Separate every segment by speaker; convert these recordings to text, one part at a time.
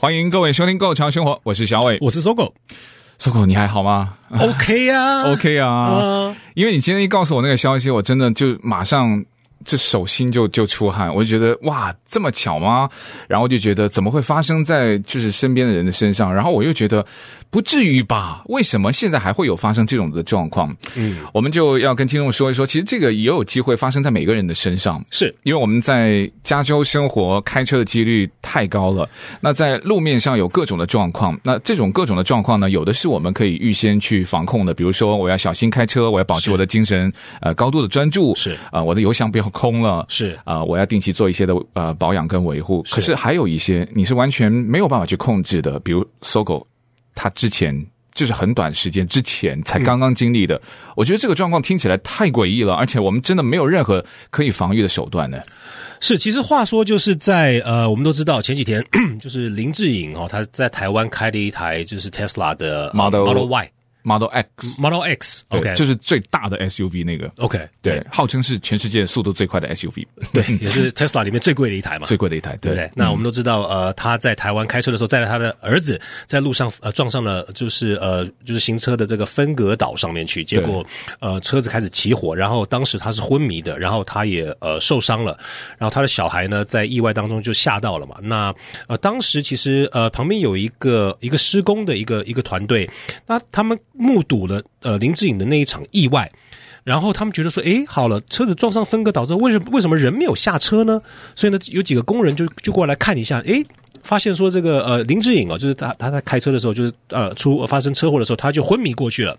Speaker 1: 欢迎各位收听《购潮生活》，我是小伟。
Speaker 2: 我是 搜狗
Speaker 1: 搜狗，你还好吗
Speaker 2: ，OK 呀、
Speaker 1: ？OK 啊，
Speaker 2: 啊，
Speaker 1: 因为你今天一告诉我那个消息，我真的就马上这手心就就出汗，我就觉得哇，这么巧吗？然后就觉得怎么会发生在就是身边的人的身上？然后我又觉得不至于吧？为什么现在还会有发生这种的状况？嗯，我们就要跟听众说一说，其实这个也有机会发生在每个人的身上。
Speaker 2: 是
Speaker 1: 因为我们在加州生活，开车的几率太高了。那在路面上有各种的状况，那这种各种的状况呢，有的是我们可以预先去防控的，比如说我要小心开车，我要保持我的精神呃高度的专注，
Speaker 2: 是
Speaker 1: 啊、我的油箱不要空了，
Speaker 2: 是
Speaker 1: 啊、我要定期做一些的呃保养跟维护。
Speaker 2: 是
Speaker 1: 可是还有一些你是完全没有办法去控制的，比如搜狗，它之前。就是很短时间之前才刚
Speaker 2: 嗯
Speaker 1: 刚经历的，我觉得这个状况听起来太诡异了，而且我们真的没有任何可以防御的手段呢。
Speaker 2: 是，其实话说就是在呃，我们都知道前几天就是林志颖哦，他在台湾开了一台就是 Tesla 的呃
Speaker 1: Model-
Speaker 2: Model Y
Speaker 1: Model X，
Speaker 2: Model X
Speaker 1: 对
Speaker 2: OK
Speaker 1: 就是是最大的 SUV 那个，
Speaker 2: OK
Speaker 1: 对，号称是全世界速度最快的 SUV，
Speaker 2: 对，也是 Tesla 里面最贵的一台嘛。
Speaker 1: 嗯最贵嗯的一台，
Speaker 2: 对不对？那我们都知道，呃，他在台湾开车的时候，载着他的儿子在路上呃撞上了，就是呃就是行车的这个分隔岛上面去，结果呃车子开始起火，然后当时他是昏迷的，然后他也呃受伤了，然后他的小孩呢在意外当中就吓到了嘛。那呃当时其实呃旁边有一个一个施工的一个一个团队，那他们目睹了呃林志颖的那一场意外。然后他们觉得说，诶，好了，车子撞上分隔岛之后，为什么为什么人没有下车呢？所以呢，有几个工人就就过来看一下，诶，发现说这个呃林志颖哦，就是他他在开车的时候，就是呃出发生车祸的时候，他就昏迷过去了。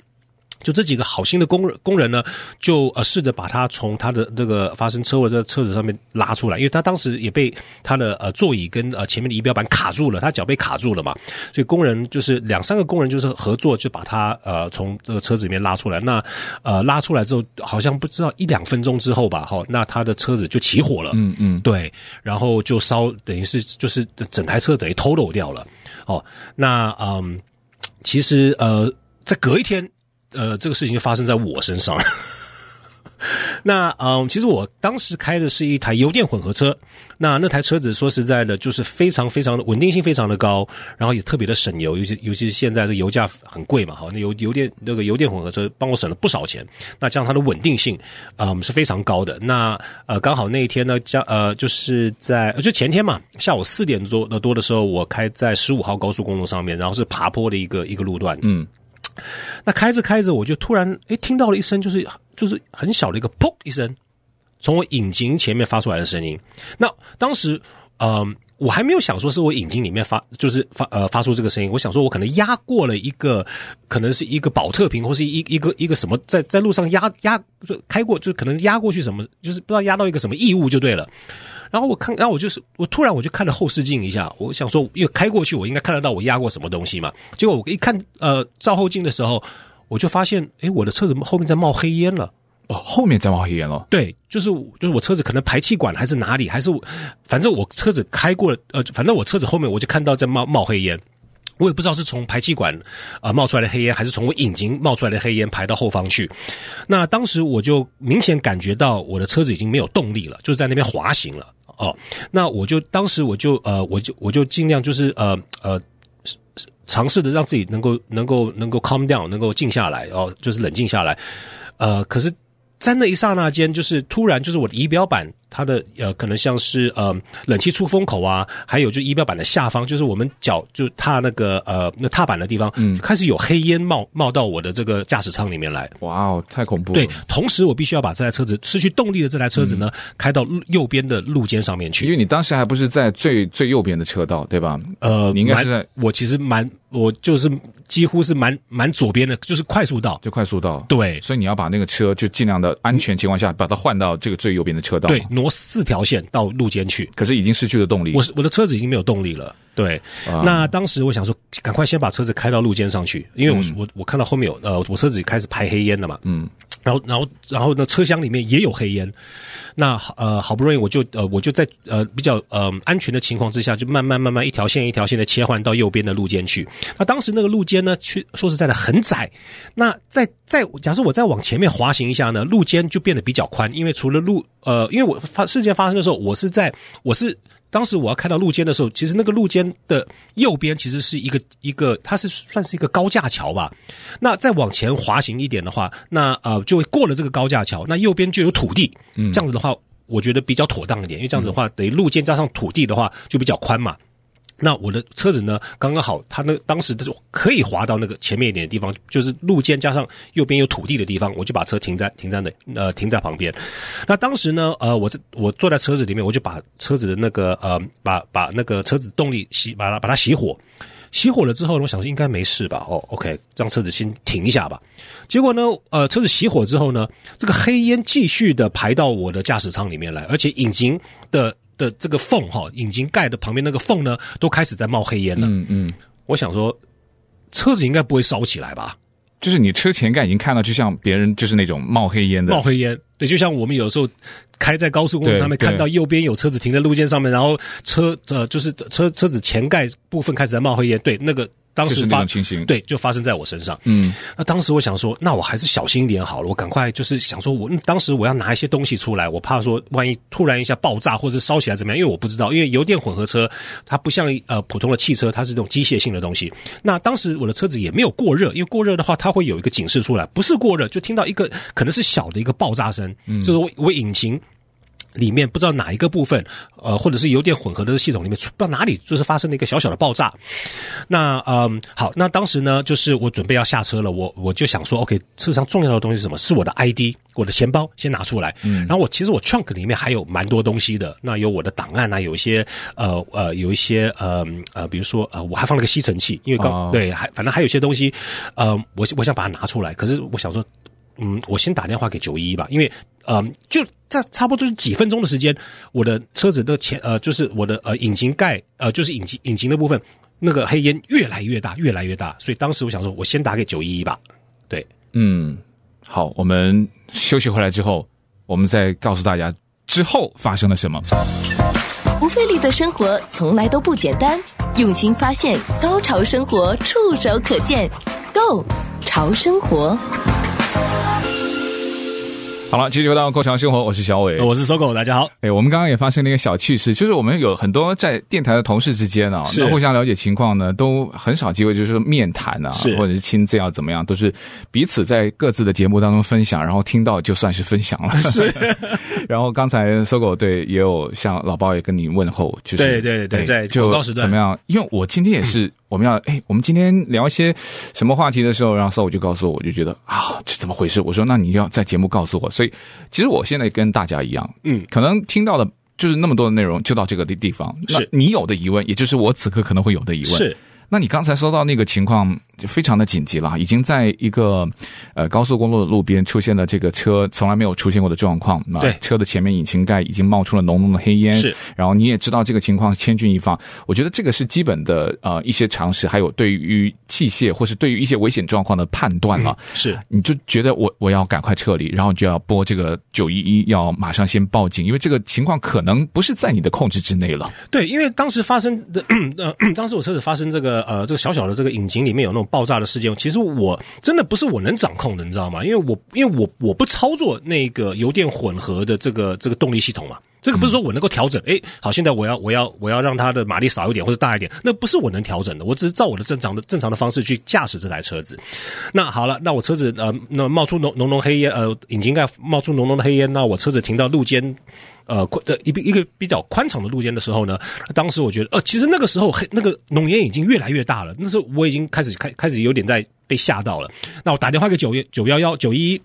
Speaker 2: 就这几个好心的工人工人呢，就呃试着把他从他的这个发生车祸的这个车子上面拉出来，因为他当时也被他的呃座椅跟呃前面的仪表板卡住了，他脚被卡住了嘛，所以工人就是两三个工人就是合作就把他呃从这个车子里面拉出来。那呃拉出来之后，好像不知道一两分钟之后吧，哈、那他的车子就起火了，嗯嗯，对，然后就烧，等于是就是整台车等于偷漏掉了，哦，那嗯，其实呃，在隔一天，呃，这个事情就发生在我身上了。那嗯，其实我当时开的是一台油电混合车，那那台车子说实在的，就是非常非常的稳定性非常的高，然后也特别的省油，尤其尤其是现在这油价很贵嘛，哈，那油油电那个油电混合车帮我省了不少钱，那加上它的稳定性，嗯，是非常高的。那呃，刚好那一天呢，加呃就是在呃就前天嘛，下午四点多的多的时候，我开在十五号高速公路上面，然后是爬坡的一个一个路段，
Speaker 1: 嗯，
Speaker 2: 那开着开着，我就突然诶听到了一声，就是就是很小的一个砰一声，从我引擎前面发出来的声音。那当时，嗯、我还没有想说是我引擎里面发，就是发呃发出这个声音。我想说，我可能压过了一个，可能是一个保特瓶，或是一一个一个什么，在在路上压压就开过，就可能压过去什么，就是不知道压到一个什么异物就对了。然后我看，然后我就是我突然我就看了后视镜一下，我想说，因为开过去我应该看得到我压过什么东西嘛。结果我一看，呃，照后镜的时候，我就发现，诶，我的车子后面在冒黑烟了。
Speaker 1: 哦，后面再往黑烟了，
Speaker 2: 对，就是我就是我车子可能排气管还是哪里，还是我反正我车子开过了，呃，反正我车子后面我就看到在冒冒黑烟。我也不知道是从排气管啊、呃冒出来的黑烟，还是从我引擎冒出来的黑烟排到后方去。那当时我就明显感觉到我的车子已经没有动力了，就是在那边滑行了。哦，那我就当时我就呃，我就我就尽量就是呃呃尝试的让自己能够能够能够 calm down，能够静下来，哦，就是冷静下来。呃，可是，在那一刹那间，就是突然就是我的仪表板它的呃，可能像是呃冷气出风口啊，还有就仪表板的下方，就是我们脚就踏那个呃那踏板的地方，嗯，开始有黑烟冒冒到我的这个驾驶舱里面来。
Speaker 1: 哇哦，太恐怖了，
Speaker 2: 对，同时我必须要把这台车子失去动力的这台车子呢，开到路右边的路肩上面去
Speaker 1: 因。为你当时还不是在最最右边的车道，对吧？
Speaker 2: 呃，
Speaker 1: 你应该是
Speaker 2: 蛮
Speaker 1: 在
Speaker 2: 我其实蛮我就是几乎是蛮蛮左边的，就是快速道。
Speaker 1: 就快速道，
Speaker 2: 对
Speaker 1: 所以你要把那个车就尽量的安全情况下，把它换到这个最右边的车道，
Speaker 2: 对，，挪四条线到路肩去。
Speaker 1: 可是已经失去了动力，
Speaker 2: 我是我的车子已经没有动力了，对，那当时我想说，赶快先把车子开到路肩上去，因为我、我我看到后面有呃，我车子开始排黑烟了嘛，嗯，然后然后然后呢，车厢里面也有黑烟，那呃好不容易我就呃我就在呃比较呃安全的情况之下，就慢慢慢慢一条线一条线的切换到右边的路肩去。那当时那个路肩呢，去说实在的很窄，那在在假设我再往前面滑行一下呢，路肩就变得比较宽，因为除了路呃，因为我发事件发生的时候，我是在我是。当时我要开到路肩的时候，其实那个路肩的右边其实是一个一个，它是算是一个高架桥吧。那再往前滑行一点的话，那呃就会过了这个高架桥，那右边就有土地。这样子的话，我觉得比较妥当一点，因为这样子的话，等于路肩加上土地的话就比较宽嘛。那我的车子呢，刚刚好，它那当时就可以滑到那个前面一点的地方，就是路肩加上右边有土地的地方，我就把车停在停在那呃停在旁边。那当时呢，呃，我这我坐在车子里面，我就把车子的那个呃把把那个车子动力熄，把它把它熄火。熄火了之后呢，我想说应该没事吧，哦，OK，让车子先停一下吧。结果呢，呃，车子熄火之后呢，这个黑烟继续的排到我的驾驶舱里面来，而且引擎的的这个缝哈，引擎盖的旁边那个缝呢，都开始在冒黑烟了。
Speaker 1: 嗯嗯，
Speaker 2: 我想说，车子应该不会烧起来吧？
Speaker 1: 就是你车前盖已经看到，就像别人就是那种冒黑烟的，
Speaker 2: 冒黑烟。对，就像我们有时候开在高速公路上面，
Speaker 1: 对对
Speaker 2: 看到右边有车子停在路肩上面，然后车呃就是车车子前盖部分开始在冒黑烟，对，那个当
Speaker 1: 就
Speaker 2: 时
Speaker 1: 是那
Speaker 2: 发
Speaker 1: 种情形。，
Speaker 2: 对就发生在我身上。
Speaker 1: 嗯，
Speaker 2: 那当时我想说，那我还是小心一点好了，我赶快就是想说我，嗯当时我要拿一些东西出来，我怕说万一突然一下爆炸或者烧起来怎么样，因为我不知道，因为油电混合车它不像呃普通的汽车，它是这种机械性的东西。那当时我的车子也没有过热，因为过热的话它会有一个警示出来，不是过热就听到一个可能是小的一个爆炸声，
Speaker 1: 嗯
Speaker 2: 就是我我引擎。里面不知道哪一个部分，呃，或者是油电混合的系统里面，出不知道哪里就是发生了一个小小的爆炸。那嗯，好，那当时呢，就是我准备要下车了，我我就想说，OK，车上重要的东西是什么？是我的 ID，我的钱包先拿出来。嗯，然后我其实我 trunk 里面还有蛮多东西的，那有我的档案啊，有一些呃呃，有一些呃呃，比如说呃，我还放了个吸尘器，因为刚、
Speaker 1: 哦
Speaker 2: 对，哎还反正还有一些东西，呃，我我想把它拿出来，可是我想说。嗯，我先打电话给九一一吧，因为嗯，就在差不多就是几分钟的时间，我的车子的前呃，就是我的呃引擎盖呃，就是引擎引擎的部分，那个黑烟越来越大，越来越大，所以当时我想说，我先打给九一一吧。对，
Speaker 1: 嗯，好，我们休息回来之后，我们再告诉大家之后发生了什么。
Speaker 3: 不费力的生活从来都不简单，用心发现，高潮生活触手可见 g o 潮生活。
Speaker 1: 好了，继续回到《过桥生活》，我是小伟，
Speaker 2: 我是搜狗，大家好。
Speaker 1: 哎，我们刚刚也发生了一个小趣事，就是我们有很多在电台的同事之间啊，
Speaker 2: 是
Speaker 1: 那互相了解情况呢，都很少机会就是面谈啊
Speaker 2: 是，
Speaker 1: 或者是亲自要怎么样，都是彼此在各自的节目当中分享，然后听到就算是分享了。 是。 然后刚才搜狗对也有向老包也跟你问候，就是
Speaker 2: 对对对
Speaker 1: 哎
Speaker 2: 在
Speaker 1: 就
Speaker 2: 广告时段嗯
Speaker 1: 怎么样？因为我今天也是，我们要哎，我们今天聊一些什么话题的时候，然后搜狗就告诉我，我就觉得啊，这怎么回事？我说那你要在节目告诉我，所以其实我现在跟大家一样，
Speaker 2: 嗯，
Speaker 1: 可能听到的就是那么多的内容，就到这个地地方。那
Speaker 2: 是
Speaker 1: 你有的疑问，也就是我此刻可能会有的疑问。
Speaker 2: 是，
Speaker 1: 那你刚才说到那个情况，就非常的紧急了，已经在一个呃高速公路的路边出现了这个车从来没有出现过的状况。那
Speaker 2: 对
Speaker 1: 车的前面引擎盖已经冒出了浓浓的黑烟。
Speaker 2: 是，
Speaker 1: 然后你也知道这个情况千钧一发。我觉得这个是基本的呃一些常识，还有对于器械或是对于一些危险状况的判断了。
Speaker 2: 是
Speaker 1: 你就觉得我我要赶快撤离，然后你就要拨这个九一一，要马上先报警，因为这个情况可能不是在你的控制之内了。
Speaker 2: 对，因为当时发生的， 呃，当时我车子发生这个呃这个小小的这个引擎里面有那种爆炸的事件，其实我真的不是我能掌控的，你知道吗？因为我因为我我不操作那个油电混合的这个这个动力系统嘛。这个不是说我能够调整，诶，好，现在我要我要我要让它的马力少一点或者大一点，那不是我能调整的，我只是照我的正常的正常的方式去驾驶这台车子。那好了，那我车子呃，那冒出浓浓浓黑烟，呃，引擎盖冒出浓浓的黑烟，那我车子停到路肩，呃，宽呃一一个比较宽敞的路肩的时候呢，当时我觉得，呃，其实那个时候黑那个浓烟已经越来越大了，那时候我已经开始开开始有点在被吓到了。那我打电话给九九幺幺九一一。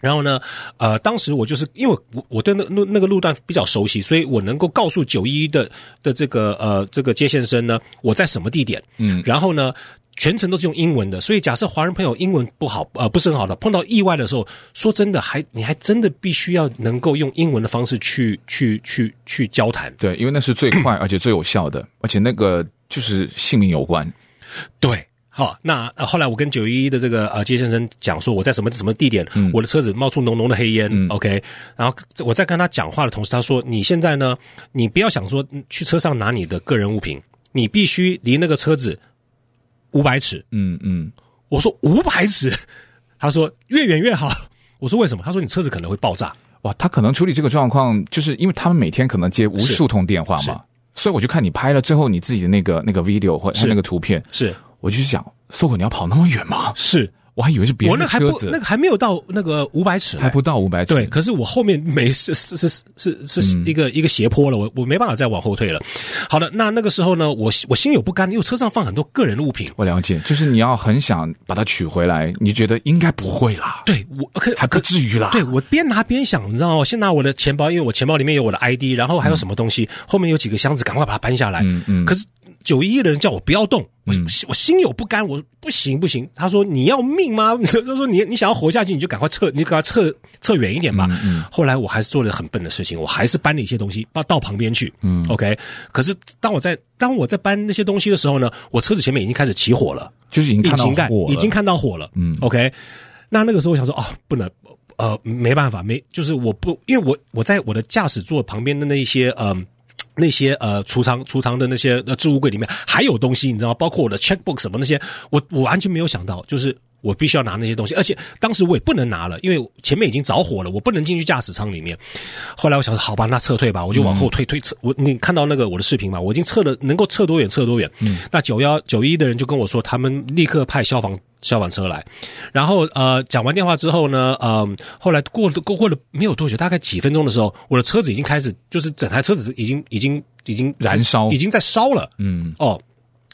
Speaker 2: 然后呢，呃，当时我就是因为我我对那那那个路段比较熟悉，所以我能够告诉九一一的的这个呃这个接线生呢，我在什么地点，嗯，然后呢，全程都是用英文的，所以假设华人朋友英文不好，呃，不是很好的，碰到意外的时候，说真的，还你还真的必须要能够用英文的方式去去去去交谈。
Speaker 1: 对，因为那是最快而且最有效的，而且那个就是姓名有关。
Speaker 2: 对。好，那、呃后来我跟九一一的这个呃接先生讲说，我在什么什么地点，
Speaker 1: 嗯
Speaker 2: 我的车子冒出浓浓的黑烟、o k 然后我在跟他讲话的同时，他说：“你现在呢，你不要想说嗯去车上拿你的个人物品，你必须离那个车子五百尺。”
Speaker 1: 嗯嗯，
Speaker 2: 我说五百尺，他说越远越好。我说为什么？他说你车子可能会爆炸。
Speaker 1: 哇，他可能处理这个状况，就是因为他们每天可能接无数
Speaker 2: 是
Speaker 1: 通电话嘛，所以我就看你拍了最后你自己的那个那个 video 或
Speaker 2: 是
Speaker 1: 那个图片，
Speaker 2: 是
Speaker 1: 我就想，搜狗你要跑那么远吗？
Speaker 2: 是，
Speaker 1: 我还以为是别
Speaker 2: 我
Speaker 1: 人
Speaker 2: 那
Speaker 1: 的
Speaker 2: 个还
Speaker 1: 车
Speaker 2: 不
Speaker 1: 子，
Speaker 2: 那个还没有到那个五百尺嘞，
Speaker 1: 还不到五百尺。
Speaker 2: 对，可是我后面没是是是是是
Speaker 1: 嗯
Speaker 2: 是一个、一个斜坡了，我我没办法再往后退了。好的，那那个时候呢，我我心有不甘，因为车上放很多个人物品。
Speaker 1: 我了解，就是你要很想把它取回来，你觉得应该不会啦，
Speaker 2: 对我可
Speaker 1: 还不至于啦。
Speaker 2: 对我边拿边想，你知道吗？先拿我的钱包，因为我钱包里面有我的 ID，然后还有什么东西，后面有几个箱子，赶快把它搬下来。
Speaker 1: 嗯嗯
Speaker 2: 可是九一一的人叫我不要动，我、我心有不甘，我不行不行。他说你要命吗？ 他说你你想要活下去，你就赶快撤，你赶快撤撤远一点吧。
Speaker 1: 嗯
Speaker 2: 后来我还是做了很笨的事情，我还是搬了一些东西到到旁边去。嗯，OK。可是当我在当我在搬那些东西的时候呢，我车子前面已经开始起火了。
Speaker 1: 就是已经
Speaker 2: 引
Speaker 1: 看到
Speaker 2: 擎盖
Speaker 1: 火了，
Speaker 2: 已经看到火了。嗯，OK。那那个时候我想说，哦，不能，呃，没办法，没，就是我不，因为我我在我的驾驶座旁边的那一些，嗯、那些呃，储藏储藏的那些呃置物柜里面还有东西，你知道吗？包括我的 checkbook 什么那些，我我完全没有想到，就是我必须要拿那些东西，而且当时我也不能拿了，因为前面已经着火了，我不能进去驾驶舱里面。后来我想说，好吧，那撤退吧，我就往后退退撤。我你看到那个我的视频嘛？我已经撤了，能够撤多远撤多远。那九幺九一的人就跟我说，他们立刻派消防消防车来。然后呃，讲完电话之后呢，嗯、后来过了过过了没有多久，大概几分钟的时候，我的车子已经开始，就是整台车子已经已经已经
Speaker 1: 燃烧
Speaker 2: 已经在烧了。
Speaker 1: 嗯，
Speaker 2: 哦。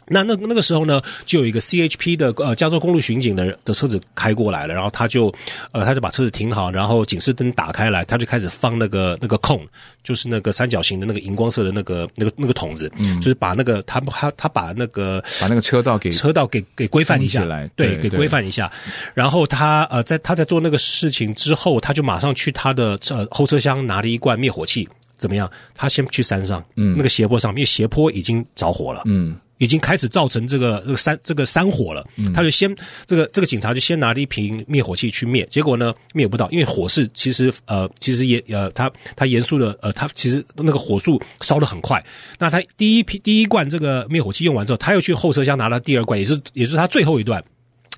Speaker 2: 那那那个时候呢，就有一个 CHP 的呃加州公路巡警的的车子开过来了，然后他就呃他就把车子停好，然后警示灯打开来，他就开始放那个那个控，就是那个三角形的那个荧光色的那个那个那个筒子，
Speaker 1: 嗯
Speaker 2: 就是把那个他他他把那个
Speaker 1: 把那个车道给
Speaker 2: 车道给给规范一下
Speaker 1: 封起来，
Speaker 2: 对，
Speaker 1: 对
Speaker 2: 给
Speaker 1: 对
Speaker 2: 规范一下。然后他呃，在他在做那个事情之后，他就马上去他的呃后车厢拿了一罐灭火器，怎么样？他先去山上，嗯，那个斜坡上，因为斜坡已经着火了，嗯。已经开始造成这个这个山这个山火了，他就先这个这个警察就先拿了一瓶灭火器去灭，结果呢灭不到，因为火势其实呃其实也呃他他严肃的呃他其实那个火速烧的很快，那他第一批第一罐这个灭火器用完之后，他又去后车厢拿了第二罐，也是也是他最后一段，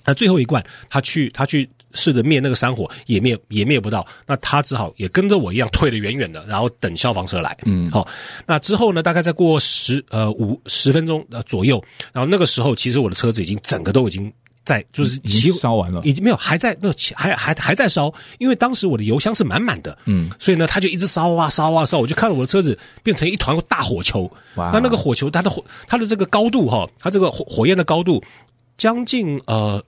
Speaker 2: 那最后一罐，他去他去试着灭那个山火，也灭也灭不到，那他只好也跟着我一样退得远远的，然后等消防车来。嗯，好、那之后呢，大概再过十呃五十分钟呃左右，然后那个时候其实我的车子已经整个都已经。在就是
Speaker 1: 已经
Speaker 2: 起
Speaker 1: 烧完了
Speaker 2: 已经没有，还在那起还还还在烧，因为当时我的油箱是满满的，嗯，所以呢，它就一直烧啊烧啊烧，我就看到我的车子变成一团大火球，
Speaker 1: 哇
Speaker 2: 那那个火球它的火它的这个高度哈、它这个火火焰的高度将近呃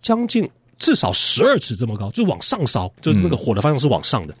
Speaker 2: 将近至少十二尺这么高，就是往上烧，就是那个火的方向是往上的。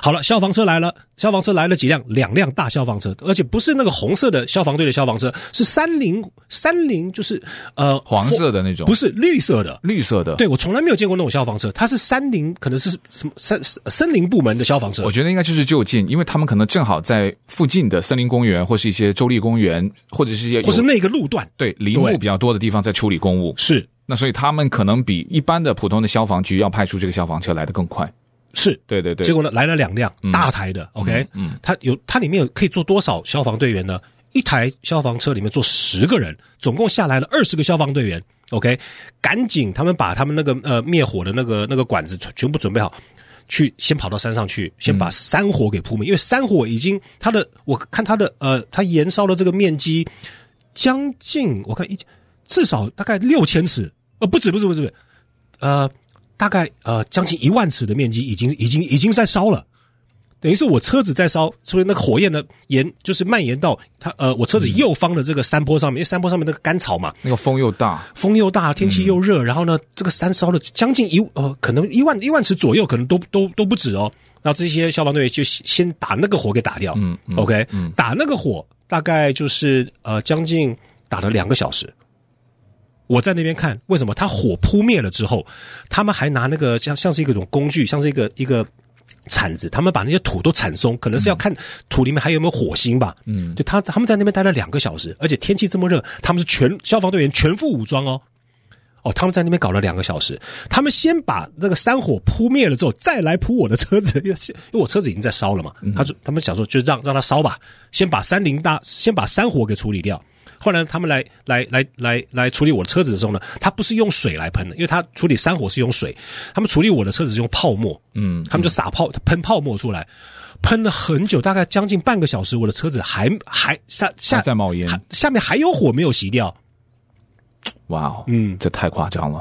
Speaker 2: 好了，消防车来了，消防车来了几辆，两辆大消防车，而且不是那个红色的消防队的消防车，是三菱三菱，就是呃
Speaker 1: 黄色的那种
Speaker 2: 不是绿色的。
Speaker 1: 绿色的，
Speaker 2: 对，我从来没有见过那种消防车，它是三菱，可能是什么森森林部门的消防车
Speaker 1: 我。觉得应该就是就近，因为他们可能正好在附近的森林公园或是一些州立公园，或者是一些有
Speaker 2: 或是那个路段，
Speaker 1: 对林木
Speaker 2: 对
Speaker 1: 比较多的地方在处理公务，
Speaker 2: 是
Speaker 1: 那所以他们可能比一般的普通的消防局要派出这个消防车来的更快。
Speaker 2: 是，
Speaker 1: 对对对，
Speaker 2: 结果呢来了两辆大台的、o k 嗯，它有它里面有可以坐多少消防队员呢？一台消防车里面坐十个人，总共下来了二十个消防队员，OK，赶紧他们把他们那个呃灭火的那个那个管子全全部准备好。去先跑到山上去，先把山火给扑灭，因为山火已经它的，我看它的呃，它燃烧的这个面积将近，我看一至少大概六千尺，呃，不止不止不止，不止呃，大概呃将近一万尺的面积已经已经已经在烧了。等于是我车子在烧，所以那个火焰呢延就是蔓延到它呃我车子右方的这个山坡上面，因为山坡上面那个干草嘛，
Speaker 1: 那个风又大，
Speaker 2: 风又大，天气又热，然后呢，这个山烧了将近一呃，可能一万一万尺左右，可能都都都不止哦。然后这些消防队员就先先把那个火给打掉，嗯 o k 打那个火大概就是呃将近打了两个小时，我在那边看，为什么？它火扑灭了之后，他们还拿那个像像是一个种工具，像是一个一个。铲子，他们把那些土都铲松，可能是要看土里面还有没有火星吧。嗯，就他他们在那边待了两个小时，而且天气这么热，他们是全消防队员全副武装哦。哦，他们在那边搞了两个小时，他们先把那个山火扑灭了之后，再来扑我的车子， 因为因为我车子已经在烧了嘛。
Speaker 1: 嗯
Speaker 2: 他说他们想说就让让它烧吧，先把山林大先把山火给处理掉。后来他们来来来来来处理我的车子的时候呢，他不是用水来喷的，因为他处理山火是用水，他们处理我的车子是用泡沫，嗯，他们就撒泡喷泡沫出来，喷了很久，大概将近半个小时，我的车子还还下下
Speaker 1: 还在冒烟
Speaker 2: 还下面还有火没有熄掉，
Speaker 1: 哇哦，嗯，这太夸张了。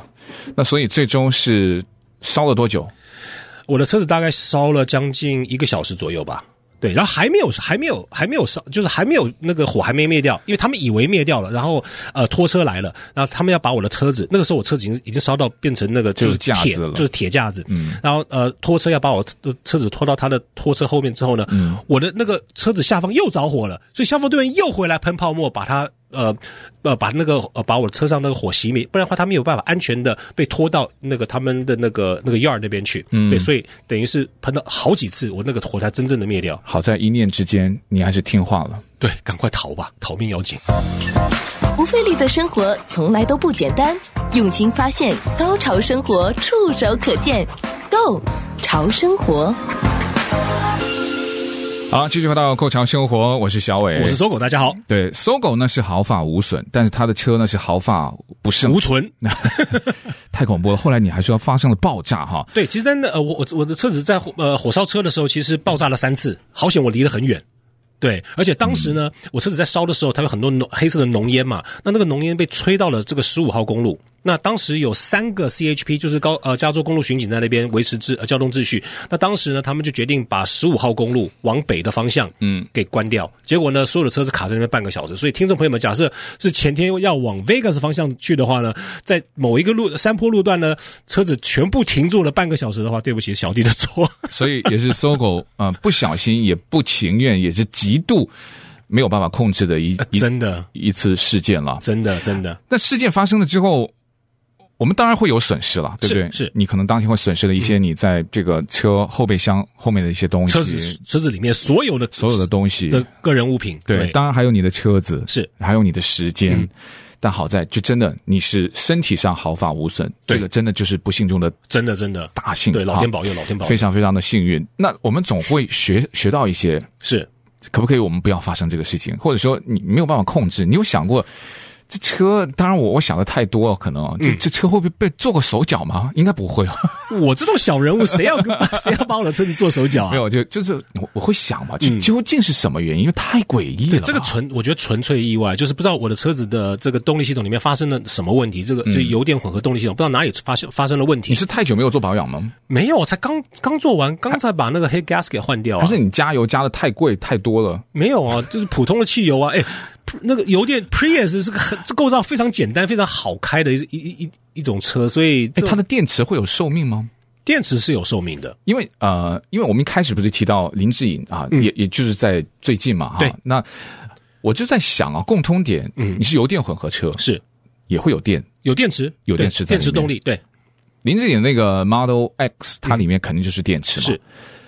Speaker 1: 那所以最终是烧了多久？
Speaker 2: 我的车子大概烧了将近一个小时左右吧。对，然后还没有，还没有，还没有烧，就是还没有那个火还没灭掉，因为他们以为灭掉了，然后呃拖车来了，然后他们要把我的车子，那个时候我车子已经已经烧到变成那个
Speaker 1: 就是
Speaker 2: 是
Speaker 1: 架
Speaker 2: 铁，
Speaker 1: 子了
Speaker 2: 就是铁架子，然后呃拖车要把我的车子拖到他的拖车后面之后呢，我的那个车子下方又着火了，所以消防队员又回来喷泡沫把它。呃，呃，把那个呃，把我车上那个火熄灭，不然的话，他没有办法安全的被拖到那个他们的那个那个 yard 那边去。嗯，对，所以等于是喷了好几次，我那个火才真正的灭掉。
Speaker 1: 好在一念之间，你还是听话了。
Speaker 2: 对，赶快逃吧，逃命要紧。
Speaker 3: 不费力的生活从来都不简单，用心发现，高潮生活触手可见 g o 潮生活，
Speaker 1: 好，继续回到《购潮生活》，我是小伟，
Speaker 2: 我是搜狗，大家好，
Speaker 1: 对，搜狗呢是毫发无损，但是他的车呢是毫发不胜，
Speaker 2: 无存。
Speaker 1: 太恐怖了。后来你还说发生了爆炸哈，
Speaker 2: 对，其实但那呃，我我我的车子在火呃火烧车的时候，其实爆炸了三次，好险我离得很远。对，而且当时呢，我车子在烧的时候，它有很多浓黑色的浓烟嘛，那那个浓烟被吹到了这个十五号公路。那当时有三个 CHP，就是高呃加州公路巡警在那边维持秩、呃、交通秩序。那当时呢，他们就决定把十五号公路往北的方向嗯给关掉。结果呢，所有的车子卡在那边半个小时。所以听众朋友们，假设是前天要往 Vegas 方向去的话呢，在某一个路山坡路段呢，车子全部停住了半个小时的话，对不起，小弟的错。
Speaker 1: 所以也是搜狗 啊、呃不小心也不情愿，也是极度没有办法控制的一一
Speaker 2: 呃真的，
Speaker 1: 一次事件了。
Speaker 2: 真的，真的。
Speaker 1: 那事件发生了之后，我们当然会有损失了，对不
Speaker 2: 是
Speaker 1: 对？
Speaker 2: 是嗯
Speaker 1: 你可能当天会损失了一些你在这个车后备箱后面的一些东
Speaker 2: 车
Speaker 1: 西
Speaker 2: 子，车子里面所有的
Speaker 1: 所有的东西。
Speaker 2: 的个人物品，
Speaker 1: 对，当然还有你的车子，
Speaker 2: 是嗯
Speaker 1: 还有你的时间。但好在，就真的你是身体上毫发无损，
Speaker 2: 对
Speaker 1: 这个真的就是不幸中的
Speaker 2: 真的真的
Speaker 1: 大幸，
Speaker 2: 对，老天
Speaker 1: 啊
Speaker 2: 保佑，老天保
Speaker 1: 非
Speaker 2: 佑，
Speaker 1: 常非常的幸运。那我们总会学学到一些，
Speaker 2: 是
Speaker 1: 可不可以我们不要发生这个事情？或者说你没有办法控制，你有想过这车？当然我我想的太多了，可能哦这、
Speaker 2: 嗯
Speaker 1: 这车会不会被做过手脚吗？应该不 会吧？
Speaker 2: 我这种 小人物，谁要跟 谁要把我的车子做手脚啊？
Speaker 1: 没有，就就是我我会想嘛，就究竟是什么原因？因为太诡异了
Speaker 2: 嗯对，
Speaker 1: 吧，
Speaker 2: 这个纯我觉得纯粹意外，就是不知道我的车子的这个动力系统里面发生了什么问题，这个就油电混合动力系统不知道哪里发生发生了问
Speaker 1: 嗯你
Speaker 2: 题。
Speaker 1: 是太久没有做保养吗？
Speaker 2: 没有，才刚刚做完，刚才把那个黑 gas 给换掉
Speaker 1: 还
Speaker 2: 啊
Speaker 1: 是。你加油加的太贵太多了？
Speaker 2: 没有啊，就是普通的汽油啊，哎，那个油电 Prius 是个很这构造非常简单、非常好开的一一一一一种车，所以
Speaker 1: 哎，
Speaker 2: 这
Speaker 1: 它的电池会有寿命吗？
Speaker 2: 电池是有寿命的。
Speaker 1: 因为呃，因为我们一开始不是提到林志颖啊，也也就是在最近嘛哈
Speaker 2: 嗯对。嗯
Speaker 1: 那我就在想啊，共通点，你是油电混合车，
Speaker 2: 是
Speaker 1: 也会有电。
Speaker 2: 有电池，
Speaker 1: 有
Speaker 2: 对
Speaker 1: 电池在
Speaker 2: 电池
Speaker 1: 里面啊
Speaker 2: 动力，对，
Speaker 1: 林志颖那个 Model X，它里面肯定就是电池嘛。
Speaker 2: 是，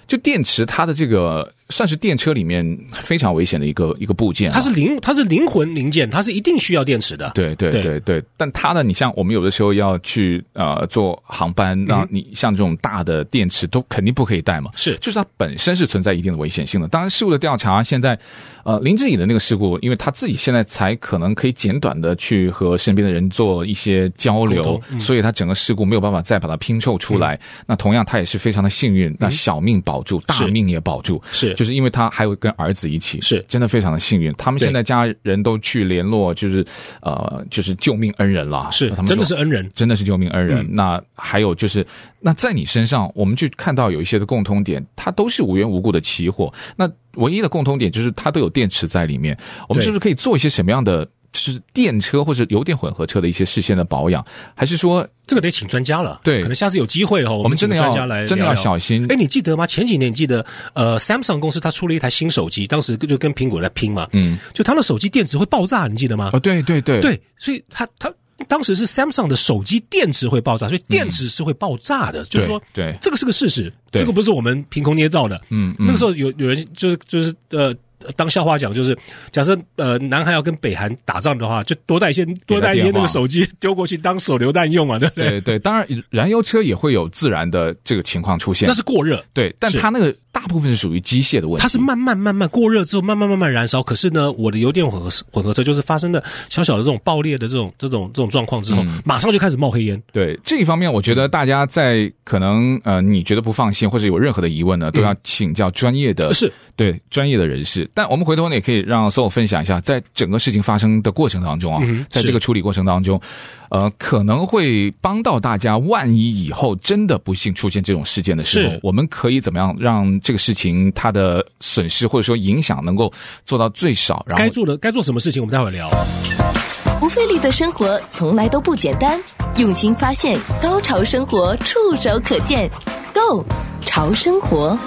Speaker 1: 就电池它的这个算是电车里面非常危险的一个一个部件啊、
Speaker 2: 它是灵，它是灵魂零件，它是一定需要电池的。
Speaker 1: 对对
Speaker 2: 对
Speaker 1: 对对，但它呢，你像我们有的时候要去呃做航
Speaker 2: 嗯
Speaker 1: 班，那你像这种大的电池都肯定不可以带嘛，
Speaker 2: 是
Speaker 1: 就是它本身是存在一定的危险性的。当然，事故的调查现在，呃，林志颖的那个事故，因为他自己现在才可能可以简短的去和身边的人做一些交
Speaker 2: 沟
Speaker 1: 流
Speaker 2: 通，嗯
Speaker 1: 所以他整个事故没有办法再把它拼凑出来。那同样，他也是非常的幸运，那小命保住，大
Speaker 2: 是
Speaker 1: 命也保住，
Speaker 2: 是
Speaker 1: 就是因为他还有跟儿子一起，
Speaker 2: 是
Speaker 1: 真的非常的幸运。他们
Speaker 2: 对
Speaker 1: 现在家人都去联络，就是呃，就是救命恩人了，
Speaker 2: 是
Speaker 1: 他们说
Speaker 2: 真的是恩人。
Speaker 1: 真的是救命恩
Speaker 2: 嗯
Speaker 1: 人。那还有就是，那在你身上，我们去看到有一些的共通点，它都是无缘无故的起火。那唯一的共通点就是它都有电池在里面。我们
Speaker 2: 对
Speaker 1: 是不是可以做一些什么样的，就是电车或者油电混合车的一些事先的保养？还是说
Speaker 2: 这个得请专家了，
Speaker 1: 对
Speaker 2: 可能下次有机会哦，我
Speaker 1: 们
Speaker 2: 请
Speaker 1: 真的要
Speaker 2: 专家来
Speaker 1: 真的要
Speaker 2: 聊聊
Speaker 1: 小心
Speaker 2: 哎，你记得吗？前几年你记得，呃，Samsung 公司它出了一台新手机，当时就跟苹果在拼嘛，嗯，就它的手机电池会爆炸，你记得吗？
Speaker 1: 哦啊、对对对，
Speaker 2: 对，所以它它当时是 Samsung 的手机电池会爆炸，所以电池是会爆炸的，就是说，
Speaker 1: 嗯对对
Speaker 2: 这个是个事实，
Speaker 1: 对
Speaker 2: 这个不是我们凭空捏造的。嗯，那个时候有有人就是就是呃。当笑话讲，就是假设呃，南韩要跟北韩打仗的话，就多带一些多带一些
Speaker 1: 电话
Speaker 2: 那个手机丢过去当手榴弹用嘛，对不对？
Speaker 1: 对对，当然燃油车也会有自燃的这个情况出现
Speaker 2: 那，是过热，
Speaker 1: 对，但
Speaker 2: 是
Speaker 1: 它那个大部分是属于机械的问题，
Speaker 2: 它是慢慢慢慢过热之后，慢慢慢慢燃烧。可是呢，我的油电混合混合车就是发生了小小的这种爆裂的这种这种这种状况之后，
Speaker 1: 嗯
Speaker 2: 马上就开始冒黑烟。
Speaker 1: 对这一方面，我觉
Speaker 2: 嗯
Speaker 1: 得大家在可能呃，你觉得不放心或者有任何的疑问呢，都要请教专业的，
Speaker 2: 嗯呃是
Speaker 1: 对专业的人士。但我们回头呢，也可以让 s o 分享一下，在整个事情发生的过程当中啊，
Speaker 2: 嗯哼
Speaker 1: 在
Speaker 2: 是
Speaker 1: 这个处理过程当中，呃，可能会帮到大家。万一以后真的不幸出现这种事件的时候
Speaker 2: 是，
Speaker 1: 我们可以怎么样让这个事情它的损失或者说影响能够做到最少？然
Speaker 2: 该
Speaker 1: 后
Speaker 2: 做的该做什么事情，我们待会儿聊。
Speaker 3: 不费力的生活从来都不简单，用心发现，高潮生活触手可见 g o 潮生活，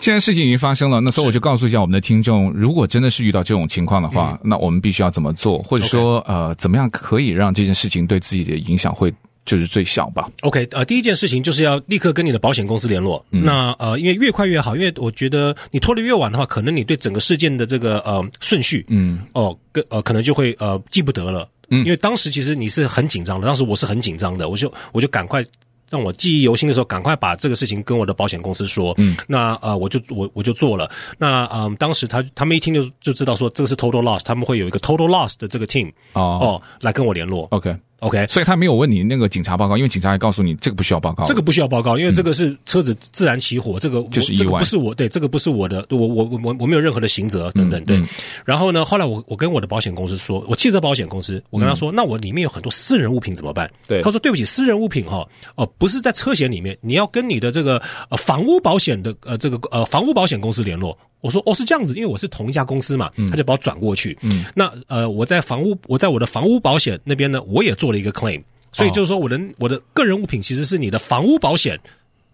Speaker 1: 现在事情已经发生了，那所以我就告诉一下我们的听众，如果真的是遇到这种情况的话，那我们必须要怎么做，或者说呃，怎么样可以让这件事情对自己的影响会就是最小吧？
Speaker 2: OK，呃，第一件事情就是要立刻跟你的保险公司联络。那呃，因为越快越好，因为我觉得你拖得越晚的话，可能你对整个事件的这个呃顺序，嗯，哦，跟呃可能就会呃记不得了。嗯，因为当时其实你是很紧张的，当时我是很紧张的，我就我就赶快。让我记忆犹新的时候，赶快把这个事情跟我的保险公司说。嗯，那呃，我就我我就做了。那嗯、当时他他们一听就就知道说这个是 total loss，他们会有一个 total loss 的这个 team
Speaker 1: 哦
Speaker 2: 哦来跟我联络。
Speaker 1: ，OK，
Speaker 2: OK，
Speaker 1: 所以他没有问你那个警察报告，因为警察还告诉你这个不需要报告，嗯
Speaker 2: 这个不需要报告，因为这个是车子自燃起火，这个我
Speaker 1: 就是意
Speaker 2: 这个
Speaker 1: 外
Speaker 2: 不是我对，这个不是我的，我我我我我没有任何的刑责等等对。然后呢，后来我我跟我的保险公司说，我汽车保险公司，我跟他说，那我里面有很多私人物品怎么办？
Speaker 1: 对
Speaker 2: 他说对不起，私人物品哈，哦、呃，不是在车险里面，你要跟你的这个呃房屋保险的呃这个呃房屋保险公司联络。我说哦是这样子，因为我是同一家公司嘛，他就把我转过去。嗯，那呃我在房屋我在我的房屋保险那边呢，我也做了一个 claim。所以就是说，我的我的个人物品其实是你的房屋保险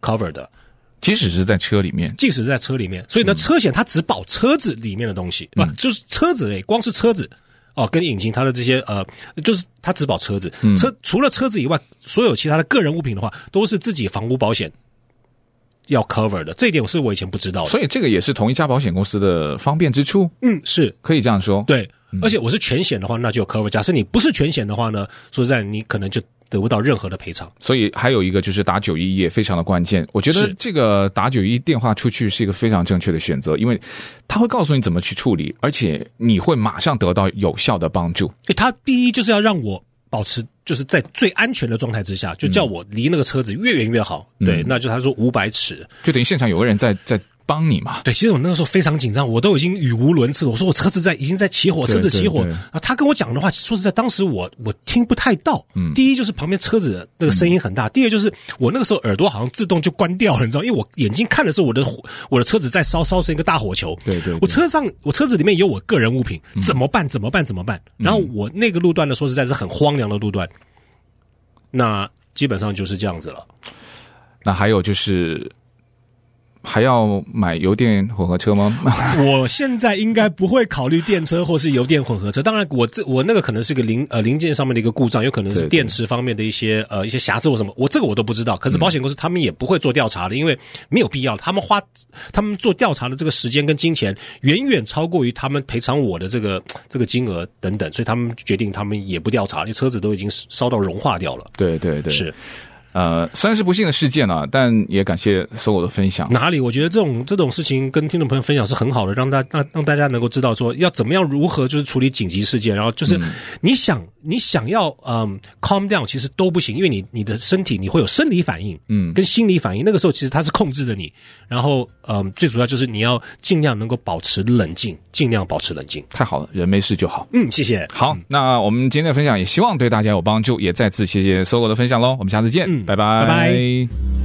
Speaker 2: cover 的，
Speaker 1: 即使是在车里面，
Speaker 2: 即使是在车里面。所以
Speaker 1: 嗯
Speaker 2: 呢，车险它只保车子里面的东西，不、就是车子类，光是车子哦，跟引擎它的这些呃，就是它只保车子。
Speaker 1: 嗯
Speaker 2: 车除了车子以外，所有其他的个人物品的话，都是自己房屋保险要 cover 的。这一点是我以前不知道的。
Speaker 1: 所以这个也是同一家保险公司的方便之处，
Speaker 2: 嗯，是
Speaker 1: 可以这嗯样说。
Speaker 2: 对。而且我是全险的话，那就有 cover。假设你不是全险的话呢，说实在，你可能就得不到任何的赔偿。
Speaker 1: 所以还有一个就是打九一也非常的关键。我觉得
Speaker 2: 是
Speaker 1: 这个打九一电话出去是一个非常正确的选择，因为他会告诉你怎么去处理，而且你会马上得到有效的帮助。
Speaker 2: 欸他第一就是要让我保持就是在最安全的状态之下，就
Speaker 1: 嗯
Speaker 2: 叫我离那个车子越远越好。对，那就他说五百尺。
Speaker 1: 就等于现场有个人在在帮你嘛。
Speaker 2: 对，其实我那个时候非常紧张，我都已经语无伦次了。我说我车子在已经在起火，
Speaker 1: 对
Speaker 2: 车子起火
Speaker 1: 对对
Speaker 2: 啊！他跟我讲的话，说实在，当时我我听不太到。嗯，第一就是旁边车子的那个声音很
Speaker 1: 嗯
Speaker 2: 大，第二就是我那个时候耳朵好像自动就关掉了，你知道，因为我眼睛看的时候，我的火我的车子在烧，烧成一个大火球。
Speaker 1: 对对对嗯
Speaker 2: 我车上我车子里面有我个人物品，怎么办？怎么办？怎么办？然后我那个路段呢，说实在是很荒凉的路段，那基本上就是这样子了。
Speaker 1: 那还有就是，还要买油电混合车吗？
Speaker 2: 我现在应该不会考虑电车或是油电混合车。当然，我这我那个可能是个零呃零件上面的一个故障，有可能
Speaker 1: 对
Speaker 2: 是
Speaker 1: 对
Speaker 2: 电池方面的一些呃一些瑕疵或什么，我这个我都不知道。
Speaker 1: 嗯
Speaker 2: 可是保险公司他们也不会做调查的，因为没有必要。他们花他们做调查的这个时间跟金钱远远超过于他们赔偿我的这个这个金额等等，所以他们决定他们也不调查，因为车子都已经烧到融化掉了。
Speaker 1: 对对对，
Speaker 2: 是
Speaker 1: 呃，虽然是不幸的事件啊，但也感谢搜狗的分享。
Speaker 2: 哪里？我觉得这种这种事情跟听众朋友分享是很好的，让大让让大家能够知道说要怎么样如何就是处理紧急事件，然后就是你想、你想要嗯 calm down，其实都不行，因为你你的身体你会有生理反应，嗯，跟心理反应，那个时候其实它是控制着你，然后嗯最主要就是你要尽量能够保持冷静，尽量保持冷静。
Speaker 1: 太好了，人没事就好。
Speaker 2: 嗯，谢谢。
Speaker 1: 好，那我们今天的分享也希望对大家有帮助，也再次谢谢搜狗的分享喽。我们下次见，
Speaker 2: 嗯
Speaker 1: 拜拜
Speaker 2: 拜拜